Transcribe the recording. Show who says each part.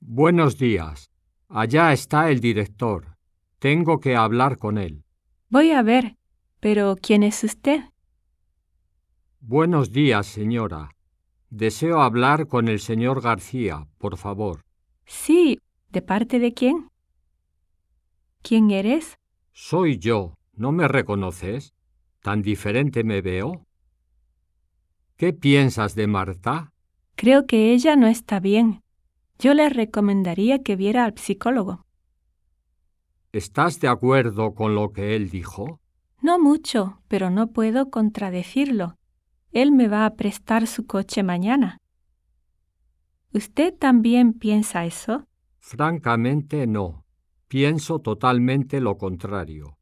Speaker 1: Buenos días. Allá está el director. Tengo que hablar con él.
Speaker 2: Voy a ver. Pero ¿quién es usted?
Speaker 1: Buenos días, señora. Deseo hablar con el señor García, por favor.
Speaker 2: Sí, ¿de parte de quién? ¿Quién eres?
Speaker 1: Soy yo. ¿No me reconoces? ¿Tan diferente me veo? ¿Qué piensas de Marta?
Speaker 2: Creo que ella no está bien. Yo le recomendaría que viera al psicólogo.
Speaker 1: ¿Estás de acuerdo con lo que él dijo?
Speaker 2: No mucho, pero no puedo contradecirlo. Él me va a prestar su coche mañana. ¿Usted también piensa eso?
Speaker 1: Francamente, no. Pienso totalmente lo contrario.